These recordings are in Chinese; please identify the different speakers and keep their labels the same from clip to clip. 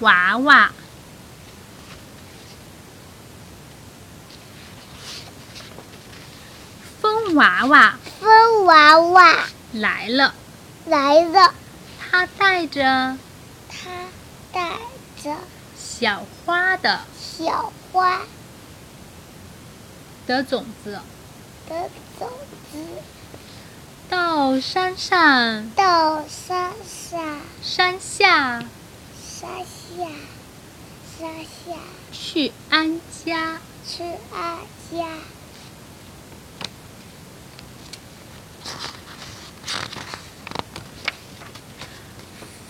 Speaker 1: 娃娃，疯娃娃
Speaker 2: 风娃娃
Speaker 1: 来了，
Speaker 2: 来了，
Speaker 1: 它带着
Speaker 2: 它带着
Speaker 1: 小花的
Speaker 2: 小花
Speaker 1: 的种子
Speaker 2: 的种子
Speaker 1: 到山上、
Speaker 2: 到山上，
Speaker 1: 山下
Speaker 2: 山下，山下
Speaker 1: 去安家。
Speaker 2: 去阿家。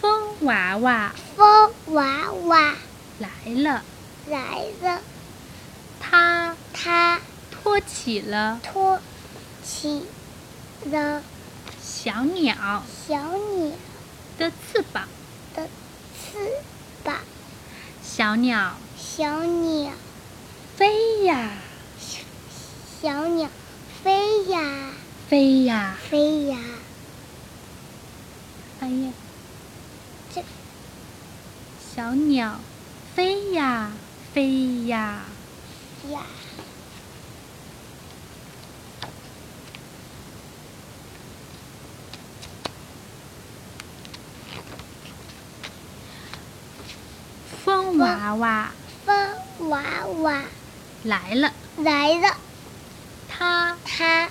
Speaker 1: 疯娃娃
Speaker 2: 风娃娃
Speaker 1: 来了，
Speaker 2: 来了，
Speaker 1: 它
Speaker 2: 它
Speaker 1: 托起了
Speaker 2: 托起了
Speaker 1: 小鸟
Speaker 2: 小鸟
Speaker 1: 的翅膀，
Speaker 2: 的翅膀，
Speaker 1: 小鸟
Speaker 2: 小鸟，
Speaker 1: 飞呀
Speaker 2: 小鸟飞呀
Speaker 1: 飞呀，
Speaker 2: 飞呀。
Speaker 1: 哎呀，
Speaker 2: 这
Speaker 1: 小鸟飞呀飞呀，
Speaker 2: 呀，
Speaker 1: 疯娃娃
Speaker 2: 风娃娃
Speaker 1: 来了，
Speaker 2: 来了，
Speaker 1: 它
Speaker 2: 它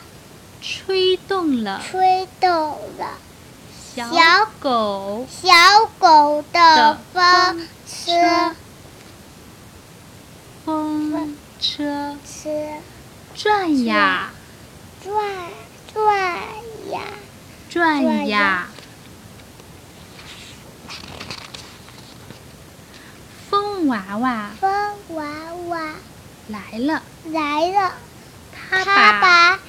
Speaker 1: 吹动了
Speaker 2: 吹动了
Speaker 1: 小
Speaker 2: 小
Speaker 1: 狗
Speaker 2: 小狗的风
Speaker 1: 车
Speaker 2: 车
Speaker 1: 风车
Speaker 2: 车
Speaker 1: 转呀
Speaker 2: 转转呀，
Speaker 1: 转呀
Speaker 2: 转呀，
Speaker 1: 疯娃娃
Speaker 2: 风娃娃
Speaker 1: 来了，
Speaker 2: 来了，
Speaker 1: 它把
Speaker 2: 它把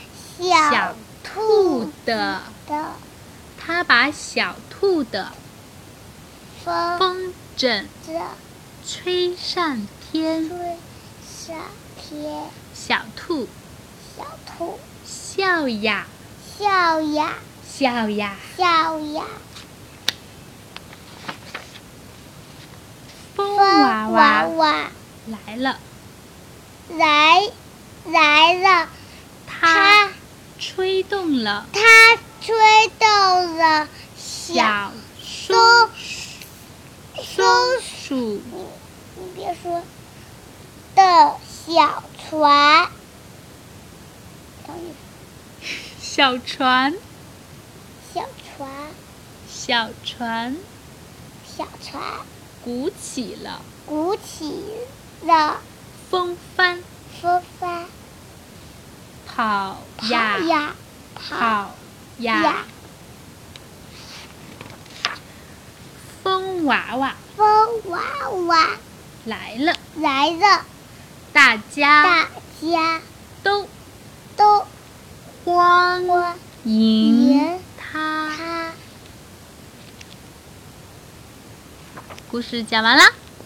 Speaker 1: 小
Speaker 2: 小
Speaker 1: 兔
Speaker 2: 兔
Speaker 1: 的，
Speaker 2: 的
Speaker 1: 它把小兔的
Speaker 2: 风
Speaker 1: 风筝
Speaker 2: 筝
Speaker 1: 吹上天，
Speaker 2: 吹上天，
Speaker 1: 小兔
Speaker 2: 小兔
Speaker 1: 笑呀
Speaker 2: 笑呀
Speaker 1: 笑呀，
Speaker 2: 笑呀，
Speaker 1: 疯
Speaker 2: 风
Speaker 1: 娃娃
Speaker 2: 娃娃
Speaker 1: 来了，
Speaker 2: 来来了，
Speaker 1: 它
Speaker 2: 它。
Speaker 1: 吹动了
Speaker 2: 它吹动了小
Speaker 1: 小松
Speaker 2: 松
Speaker 1: 松
Speaker 2: 松，
Speaker 1: 鼠
Speaker 2: 你你别说的小船，等你
Speaker 1: 小船
Speaker 2: 小船
Speaker 1: 小船
Speaker 2: 小船
Speaker 1: 鼓起了
Speaker 2: 鼓起了
Speaker 1: 风帆，
Speaker 2: 风帆，
Speaker 1: 跑
Speaker 2: 跑
Speaker 1: 呀
Speaker 2: 呀跑
Speaker 1: 跑呀
Speaker 2: 呀，，
Speaker 1: 疯娃娃
Speaker 2: 风娃娃
Speaker 1: 来了，
Speaker 2: 来了，
Speaker 1: 大家
Speaker 2: 大家
Speaker 1: 都
Speaker 2: 都
Speaker 1: 欢
Speaker 2: 欢
Speaker 1: 迎
Speaker 2: 迎
Speaker 1: 他。
Speaker 2: 他。
Speaker 1: 故事讲完啦。